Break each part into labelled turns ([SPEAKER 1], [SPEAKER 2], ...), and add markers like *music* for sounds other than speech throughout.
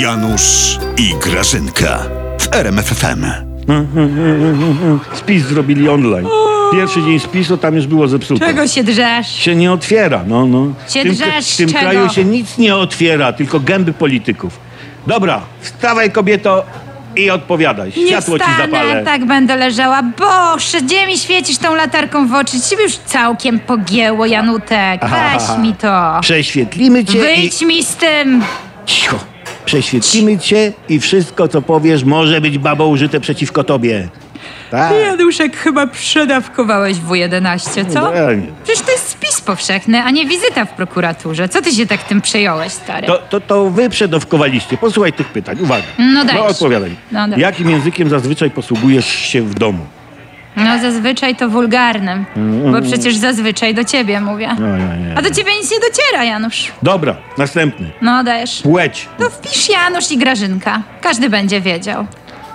[SPEAKER 1] Janusz i Grażynka w RMFFM.
[SPEAKER 2] Spis zrobili online. Pierwszy dzień spisu tam już było zepsute.
[SPEAKER 3] Czego się drzesz?
[SPEAKER 2] Się nie otwiera, no, no.
[SPEAKER 3] Się
[SPEAKER 2] w tym,
[SPEAKER 3] drzesz,
[SPEAKER 2] w tym
[SPEAKER 3] czego?
[SPEAKER 2] kraju się nic nie otwiera, tylko gęby polityków. Dobra, wstawaj kobieto i odpowiadaj.
[SPEAKER 3] Nie
[SPEAKER 2] Światło ci zapalę.
[SPEAKER 3] wstanę, tak będę leżała. Boże, gdzie mi świecisz tą latarką w oczy? Ciebie już całkiem pogięło, Janutek. Weź mi to.
[SPEAKER 2] Prześwietlimy cię i...
[SPEAKER 3] Wyjdź mi z tym.
[SPEAKER 2] Cicho. Prześwietlimy cię i wszystko, co powiesz, może być babą użyte przeciwko tobie. Tak.
[SPEAKER 3] Januszek, chyba przedawkowałeś W11, co?
[SPEAKER 2] Ja nie.
[SPEAKER 3] Przecież to jest spis powszechny, a nie wizyta w prokuraturze. Co ty się tak tym przejąłeś, stary?
[SPEAKER 2] To, to, to wy przedowkowaliście. Posłuchaj tych pytań. Uwaga.
[SPEAKER 3] No dajesz.
[SPEAKER 2] No odpowiadaj.
[SPEAKER 3] No daj.
[SPEAKER 2] Jakim językiem zazwyczaj posługujesz się w domu?
[SPEAKER 3] No zazwyczaj to wulgarnym, bo przecież zazwyczaj do ciebie mówię.
[SPEAKER 2] Mm. No, no, nie.
[SPEAKER 3] A do ciebie nic nie dociera, Janusz.
[SPEAKER 2] Dobra, następny.
[SPEAKER 3] No dajesz.
[SPEAKER 2] Płeć.
[SPEAKER 3] No wpisz Janusz i Grażynka. Każdy będzie wiedział.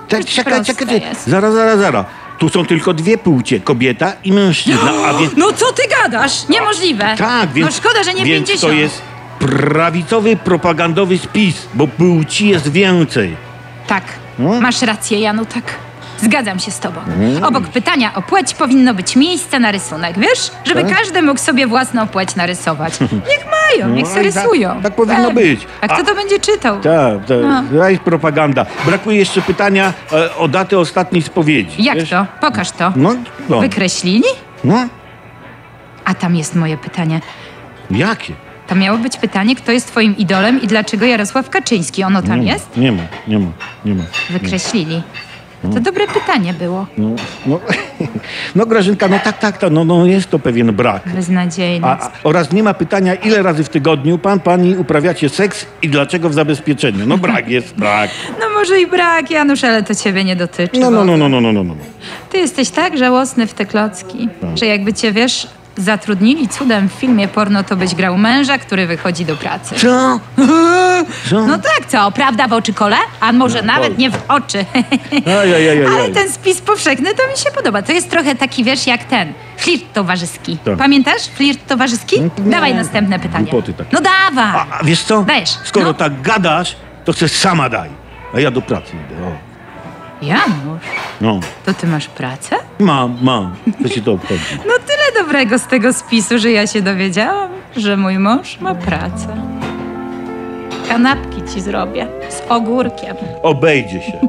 [SPEAKER 2] Czekaj, Tak, czekaj,
[SPEAKER 3] proste
[SPEAKER 2] czekaj.
[SPEAKER 3] jest.
[SPEAKER 2] Zaraz, zaraz, zaraz. Tu są tylko dwie płcie, kobieta i mężczyzna, a więc...
[SPEAKER 3] No co ty gadasz? Niemożliwe.
[SPEAKER 2] Tak, więc...
[SPEAKER 3] No szkoda, że nie
[SPEAKER 2] więc
[SPEAKER 3] 50.
[SPEAKER 2] to jest prawicowy, propagandowy spis, bo płci jest więcej.
[SPEAKER 3] Tak,
[SPEAKER 2] No?
[SPEAKER 3] masz rację, Janu, tak. Zgadzam się z tobą.
[SPEAKER 2] Mm.
[SPEAKER 3] Obok pytania o płeć powinno być miejsce na rysunek, wiesz? Żeby każdy mógł sobie własną płeć narysować.
[SPEAKER 2] *laughs*
[SPEAKER 3] Niech mają, niech
[SPEAKER 2] Tak. No
[SPEAKER 3] se
[SPEAKER 2] i tak-
[SPEAKER 3] rysują.
[SPEAKER 2] tak powinno być.
[SPEAKER 3] A kto
[SPEAKER 2] A-
[SPEAKER 3] to będzie czytał?
[SPEAKER 2] Tak, tak.
[SPEAKER 3] No.
[SPEAKER 2] To jest propaganda. Brakuje jeszcze pytania e, o datę ostatniej spowiedzi.
[SPEAKER 3] Jak
[SPEAKER 2] wiesz?
[SPEAKER 3] to? Pokaż to.
[SPEAKER 2] No, no.
[SPEAKER 3] Wykreślili?
[SPEAKER 2] no.
[SPEAKER 3] A tam jest moje pytanie.
[SPEAKER 2] Jakie?
[SPEAKER 3] To miało być pytanie, kto jest twoim idolem i dlaczego Jarosław Kaczyński? Ono tam
[SPEAKER 2] nie
[SPEAKER 3] jest?
[SPEAKER 2] Ma, nie ma, nie ma, nie ma.
[SPEAKER 3] Wykreślili. To dobre pytanie było.
[SPEAKER 2] No, no, *laughs* no Grażynka, no tak, tak, tak, no, no jest to pewien brak.
[SPEAKER 3] Beznadziejne.
[SPEAKER 2] A, a, oraz nie ma pytania, ile razy w tygodniu pan, pani uprawiacie seks i dlaczego w zabezpieczeniu. No brak jest, brak.
[SPEAKER 3] No może i brak, Janusz, ale to ciebie nie dotyczy.
[SPEAKER 2] No,
[SPEAKER 3] bo
[SPEAKER 2] no, no, no, no, no, no. no.
[SPEAKER 3] Ty jesteś tak żałosny w te klocki, że jakby cię, wiesz, zatrudnili cudem w filmie porno, to byś grał męża, który wychodzi do pracy.
[SPEAKER 2] Co? Co?
[SPEAKER 3] No tak, co? Prawda w oczy kole? A może nawet
[SPEAKER 2] oj.
[SPEAKER 3] nie w oczy. Ale
[SPEAKER 2] Ajajajajaj.
[SPEAKER 3] ten spis powszechny to mi się podoba. To jest trochę taki, wiesz, jak ten. Flirt towarzyski.
[SPEAKER 2] Tak.
[SPEAKER 3] Pamiętasz? Flirt towarzyski?
[SPEAKER 2] nie.
[SPEAKER 3] Dawaj następne pytanie.
[SPEAKER 2] Głupoty takie.
[SPEAKER 3] No dawaj!
[SPEAKER 2] A, a wiesz co?
[SPEAKER 3] Dajesz,
[SPEAKER 2] Skoro
[SPEAKER 3] no.
[SPEAKER 2] tak gadasz, to chcesz sama daj. A ja do pracy idę. O.
[SPEAKER 3] Janusz,
[SPEAKER 2] No.
[SPEAKER 3] to ty masz pracę?
[SPEAKER 2] Mam, mam. Co ci to obchodzi?
[SPEAKER 3] No tyle dobrego z tego spisu, że ja się dowiedziałam, że mój mąż ma pracę. Kanapki ci zrobię z ogórkiem.
[SPEAKER 2] Obejdzie się.